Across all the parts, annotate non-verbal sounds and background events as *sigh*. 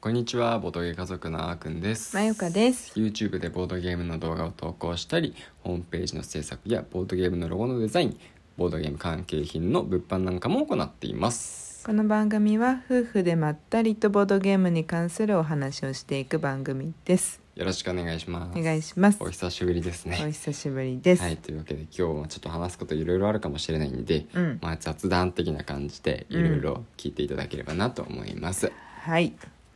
こんにちはボードゲー家族のあーくんですまゆかです YouTube でボードゲームの動画を投稿したりホームページの制作やボードゲームのロゴのデザインボードゲーム関係品の物販なんかも行っていますこの番組は夫婦でまったりとボードゲームに関するお話をしていく番組ですよろしくお願いしますお願いしますお久しぶりですおね久しぶりです、はいというわけで今日はちょっと話すこといろいろあるかもしれないんで、うんまあ、雑談的な感じでいろいろ聞いていただければなと思います、はい、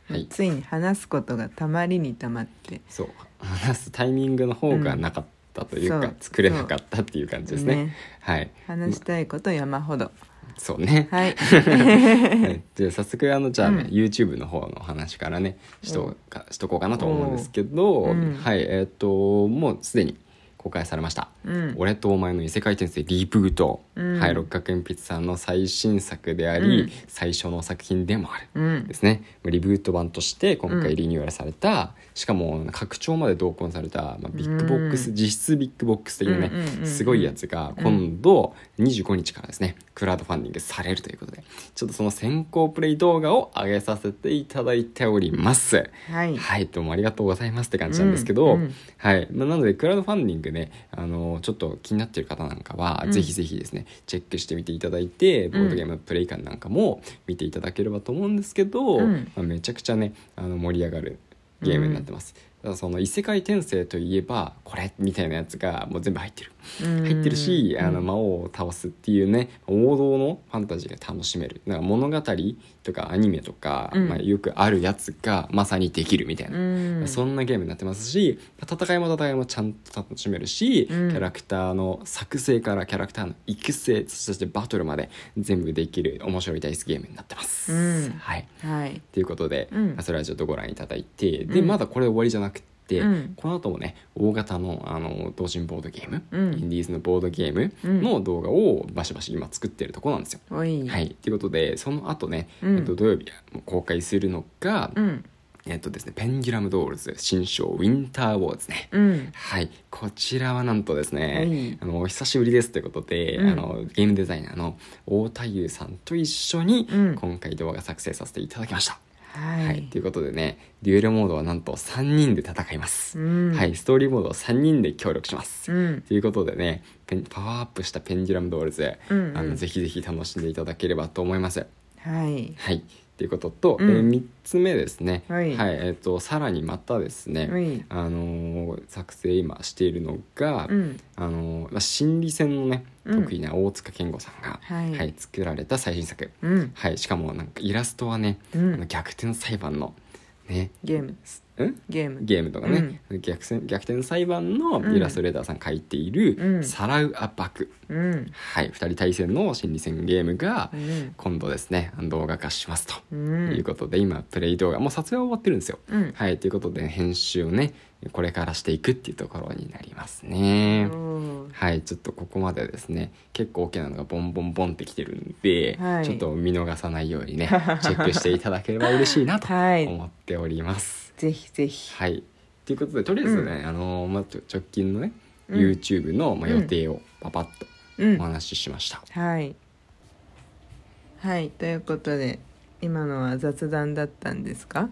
はいついに話すことがたまりにたまってそう話すタイミングの方がなかったというか、うんそう作れなかったっていう感じですねねはい話したいこと山ほどそうね、 *laughs* はい *laughs* はいじゃあ早速あのじゃあ、ねうん YouTube の方のお話からねしとかしとこうかなと思うんですけど、おううんはいえっ、ともうすでに公開されましたう「ん俺とお前の異世界転生リブート」うんはい、六角鉛筆さんの最新作であり、うん最初の作品でもある。うんですねリブート版として今う回んリニューアルされた、しかも拡張まで同梱された、まあ、ビッグボックス、うん実質ビッグボックス的なね、うんうんうんうんすごいやつがうん今度25日からですねクラウドファンディングされるということでちょっとその先行プレイ動画を上げさせていただいております。はいはい、どうもありがとうございますって感じなんですけど、うんうんはい、まあなのでクラウドファンディングね、あのちょっと気になってる方なんかは、うんぜひぜひですねチェックしてみていただいてボードゲームのプレイ感なんかも見ていただければと思うんですけど、うんまあ、めちゃくちゃねあの盛り上がるゲームになってます。ただその異世界転生といえばこれみたいなやつがもう全部入ってる入入ってるし、あの魔王を倒すっていうね王道のファンタジーが楽しめるなんか物語とかアニメとか、うんまあ、よくあるやつがまさにできるみたいな、うんそんなゲームになってますし戦いも戦いもちゃんと楽しめるし、うんキャラクターの作成からキャラクターの育成そしてバトルまで全部できる面白いダイスゲームになってます。うんはいはいということで、うんまあそれはちょっとご覧いただいてで、うんまだこれ終わりじゃなくて、うんこの後もね大型のあの同人ボードゲーム、うんインディーズのボードゲームの動画をバシバシ今作ってるところなんですよ。おいはい、ということでその後ね、うんえっと、土曜日公開するのが、うんえっとですね、ペンギュラムドールズ新章ウィンターウォーズね。うんはい、こちらはなんとですね、はあのお久しぶりですということで、うんあのゲームデザイナーの太田優さんと一緒にうん今回動画作成させていただきました。はい、はい、ということでねデュエルモードはなんと3人で戦います、うんはい、ストーリーモードは3人で協力します、うんということでねペンパワーアップしたペンデュラムドールズ、うんうんあのぜひぜひ楽しんでいただければと思いますはいはいということと、うんえ3つ目ですね、はいえー、とさらにまたですね、はいあのー作成今しているのが、うんあのーまあ心理戦のねうん得意な大塚健吾さんが、はい作られた最新作、うんはい、しかもなんかイラストはね、うんあの逆転裁判のねゲームすんゲームゲームとかね、逆転逆転裁判のイラストレーターさんが書いている「うんサラウアバク」うんはい、2人対戦の心理戦ゲームがうん今度ですね動画化しますと。うんいうことで今プレイ動画もう撮影は終わってるんですよ。うんはいということで編集をねこれからしていくっていうところになりますおね。ーはいちょっとここまでですね結構大きなのがボンボンボンってきてるんで、はいちょっと見逃さないよう *laughs* にねチェックしていただければ嬉しいなとはい思っております。ぜひぜひはいということでとりあえずね、あのまあ、ちょ直近のね、うん YouTube の、まあ、うん予定をパパッとうんお話ししました。はいはいということで今のは雑談だったんですか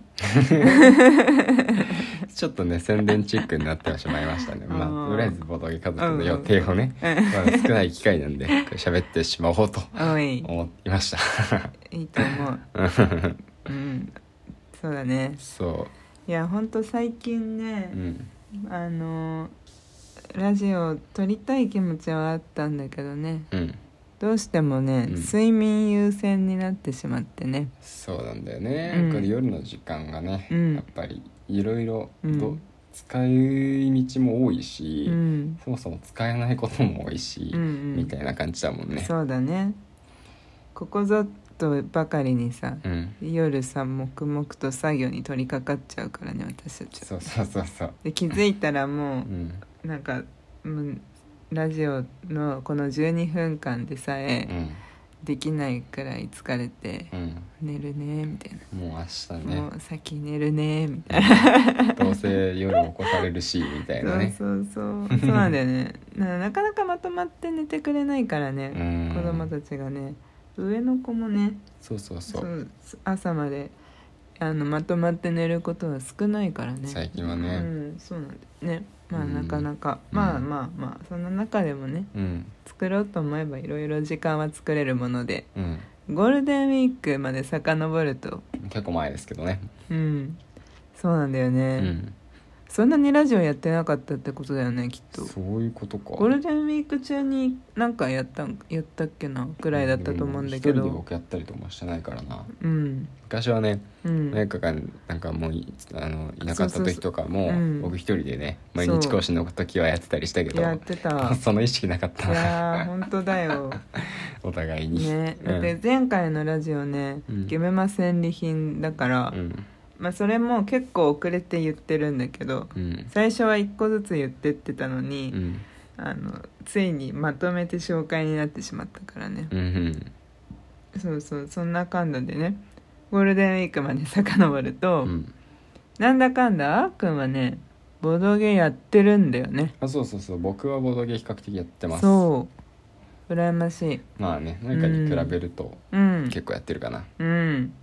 ちょっとね宣伝チックになってはしまいま *laughs* したね。まあうんとりあえずボトゲ家族の予定をね、まあ、少ない機会なんでこれ喋ってしまおうとおい思いました。 *laughs* いいと思ううんそうだねそいやほんと最近う、ねう、ん、あのラジオを撮りたい気持ちはあったんだけどねうん、どうしてもね、うん睡眠優先になってしまってねそうなんだよね。うんこれ夜の時間がね、うんやっぱりいろいろとうん使い道も多いし、うん、そもそも使えないことも多いし、うんうんみたいな感じだもんね。そうだねここぞとばかりにさ、うん、夜さ黙々と作業に取り掛かっちゃうからね私たちはそうそうそうそう。で気づいたらもうん、うなんかもうラジオのこの12分間でさうえん、できないくらい疲れてうん。寝るねみたいもう明日な、ねもう先寝るねみたいどうせ夜起こされるしみたいなな、ねそうそうそうそうなんだよねななかなかまとまって寝てくれないからね、うん子供たちがね上の子もねそうそうそそうう朝まであのまとまって寝ることは少ないからね最近はねうん、そうなんだよねまあうんなかなか、うんまあまあまあそんな中でもねうん作ろうと思えばいろいろ時間は作れるものでうんゴールデンウィークまで遡ると結構前ですけどねうんそうなんだようね、んそんなにラジオやってなかったってことだよねきっとそういうことかゴールデンウィーク中になんかやったんやったっけなぐらいだったと思うんだけ一人でど僕やったりとかもしてないからなうん昔はねうん何かがなんかもういあのいなかったそうそうそう時とかもうん僕一人でね毎そ日う講師の時はやってたりしたけどやって *laughs* たその意識なかっいたなやー *laughs* 本当だよお互いにねうんだって前回のラジオねう「んゲメマ戦利品」だから、うんまあそれも結構遅れて言ってるんだけどうん最初は一個ずつ言ってってたのに、うんあのついにまとめて紹介になってしまったからね、うんうんそうそうそんなかんだでねゴールデンウィークまで遡ると、うんなんだかんだあーくんはねボドゲやってるんだよねあそうそうそう僕はボードゲー比較的やってますそう羨ましいまあね何かに比べるとうん結構やってるかなうん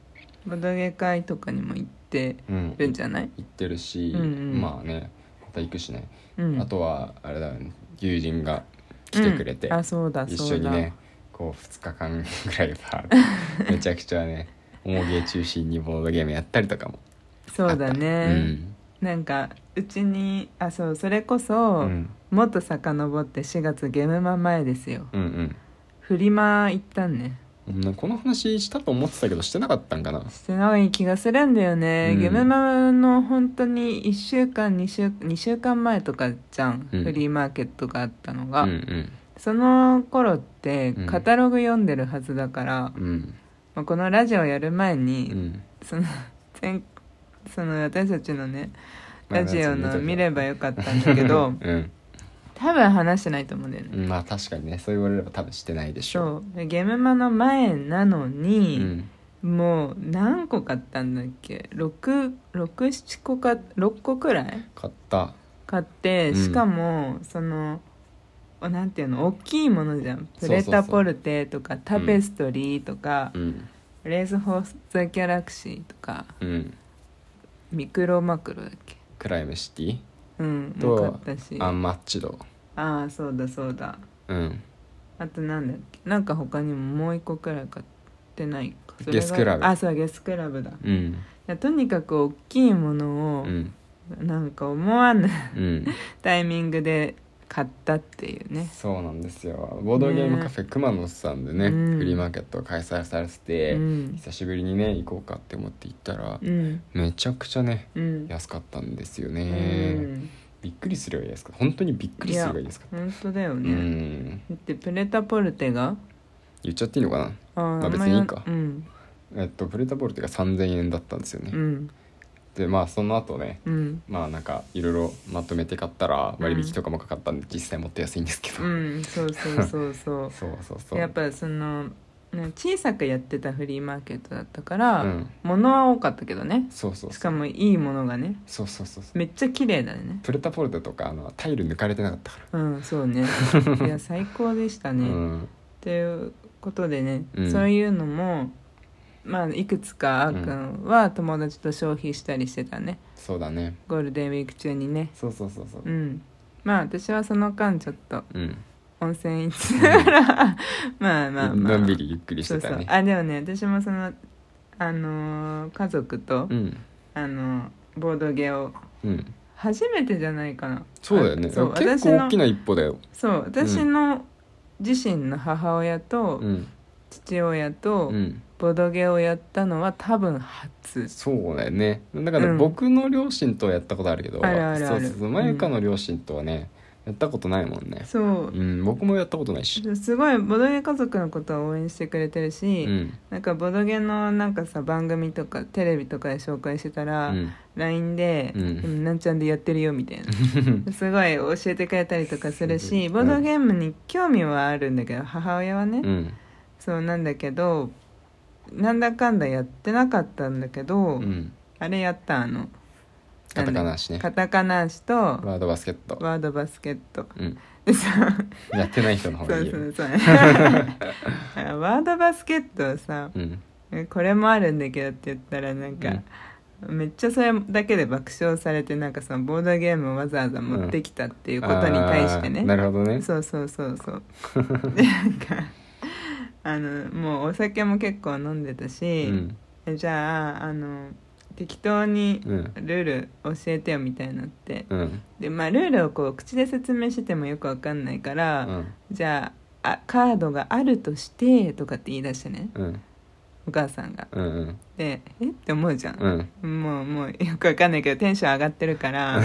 ボドゲ会とかにも行ってうんるんじゃない、行ってるし、うんうんまあねまた行くしね、うん、あとはあれだよね友人が来てくれて、うんあそうだ一そ緒うにだ、ねこう2日間ぐらい *laughs* はめちゃくちゃね重芸中心にボードゲームやったりとかもそうだうね、ん、なんかうちにあそうそれこうそ、ん、もっと遡って4月ゲームマ前ですようんフリマ行ったんねうんうんこの話したと思ってたけどしてなかったんかなしてない気がするんだよね、うんゲムマの本当に1週間2週二週間前とかじゃん、うんフリーマーケットがあったのが、うんその頃ってうんカタログ読んでるはずだから、うんうんまあこのラジオやる前に、うんその前その私たちのねまあラジオラジのオ見とけ見ばればよかったんだけど *laughs* うん多分話してないと思うんだよね、まあ確かにねそう言われれば多分してないでしょそうでゲムマの前なのうに、んもう何個買ったんだっけ667個か6個くらい買った買って、うんしかもそのおなんていうの大きいものじゃんそうそプうレそうタポルテとかタペストリーとか、うんレース・ホース・ザ・ギャラクシーとかうんミクロマクロだっけクライムシティうんともう買ったしアあンマッチドあそうだそうだうんあとなんだっけなんか他にももう一個くらい買ってないかそれがゲスクラブあそうゲスクラブだいうんやとにかく大きいものを、うんなんか思わぬうんタイミングで買ったっていうねそうなんですよボードゲームカフェ熊野さんでねうんフリーマーケットを開催されてて、うん久しぶりにね行こうかって思って行ったら、うんめちゃくちゃねうん安かったんですようね、んびっくりするより安かった本当にびっくりするより安かっ本当だよたうね、んだってプレタポルテが言っちゃっていいのかあーまあん別りにいいかうんなえっとプレタボルテが3000円だったんですよね、うんでまあその後ねうんまあなんかいろいろまとめて買ったら割引とかもかかったんで実際もっと安いんですけど、う *laughs* んそうそうそうそそうそうそううやっぱそのね小さくやってたフリーマーケットだったから、うん物は多かったけどねそうそうしそかうもいいものがねそうそうそうそうめっちゃ綺麗だねプレタポルテとかあのタイル抜かれてなかったからうんそう *laughs* ねいや最高でしたね、うんということでね、うんそういうのも、まあ、いくつかあーくんは友達と消費したりしてたね、そうだねゴールデンウィーク中にねそうそうそうそううんまあ私はその間ちょっとうん、温泉行って *laughs* たから、まあまあまあのんびりゆっくりしそてうそたうねあでもね私もそのあのー家族と、うんあのーボードゲーをうん初めてじゃないかなそうだよねあそう結私構大のきな一歩だよ、そう私の自身の母親とうん父親と、うん、ボドゲをやったのは多分初そうだよねだから、うん僕の両親とはやったことあるけどあるあるあるそうそうそうまゆかの両親とはね、やったことないもんねそうう、ん僕もやったことないしすごいボドゲ家族のことを応援してくれてるうし、んなんかボドゲのなんかさ番組とかテレビとかで紹介してたうら、 *laughs* ん LINE で、うんでもなんちゃんでやってるよ」みたいなすごい教えてくれたりとかするし、うんボドゲームに興味はあるんだけど母親はね、うんそうなんだけどなんだかんだやってなかったんだけど、うんあれやったあのカタカナ足ねカタカナ足とワワードバスケットードバスケットうんでさやってない人の方そがういいそようそう *laughs* あワードバスケットさうんこれもあるんだけどって言ったらなんか、うんめっちゃそれだけで爆笑されてなんかそのボードゲームをわざわざ持ってきたっていうことに対してね、あーなるほどねそうそうそうそう *laughs* でなんかあのもうお酒も結構飲んでたうし、んえじゃああの適当にうんルール教えてよみたいになってうんでまあルールをこう口で説明してもよくわかんないかうら、んじゃああカードがあるとしてとかって言い出してねうんお母さんがうんうんでえって思うじゃん、うんもうもうよくわかんないけどテンション上がってるから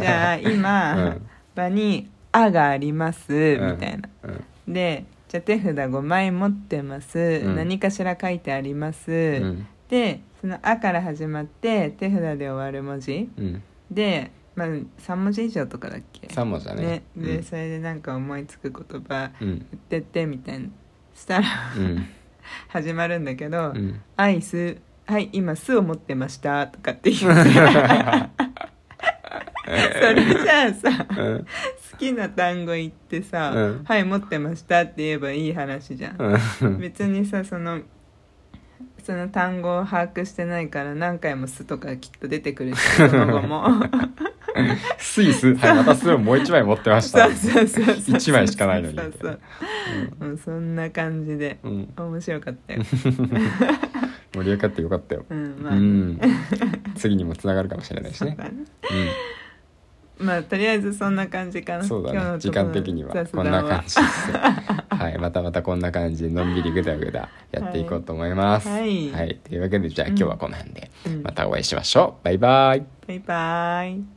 じゃあ今、うん場に「あ」がありますみうんたいな、うんでじゃあ手札5枚持ってます、ん何かしら書いてあります、うんでその「あ」から始まって手札で終わる文字うんで、まあ、3文字以上とかだっけ三文字だねで、それでなんか思いつく言葉うんうん言ってってみたいなしたらうん *laughs* 始まるんだけどう「んアイスはい今酢を持ってました」とかって言って *laughs* それじゃあさうん好きな単語言ってさ「うんはい持ってました」って言えばいい話じゃん、うん別にさそのその単語を把握してないから何回も「す」とかきっと出てくるしその後もスイスはいまたスをもう一枚持ってましたそうそうそうそう一枚しかないのにそうそうもうそんな感じでうん面白か *laughs* ったよ、盛り上がってよかったようんまあう、ん次にもつながるかもしれないしそうねだねうんまあとりあえずそんな感じかなそうだ今日ねの時ところ間の的には雑こ談んな感じですはいまたまたこんな感じでのんびりぐだぐだやっていこうと思いますはいというわけでじゃあ今日はこの辺でうんまたお会いしましょうバイバイバイバイ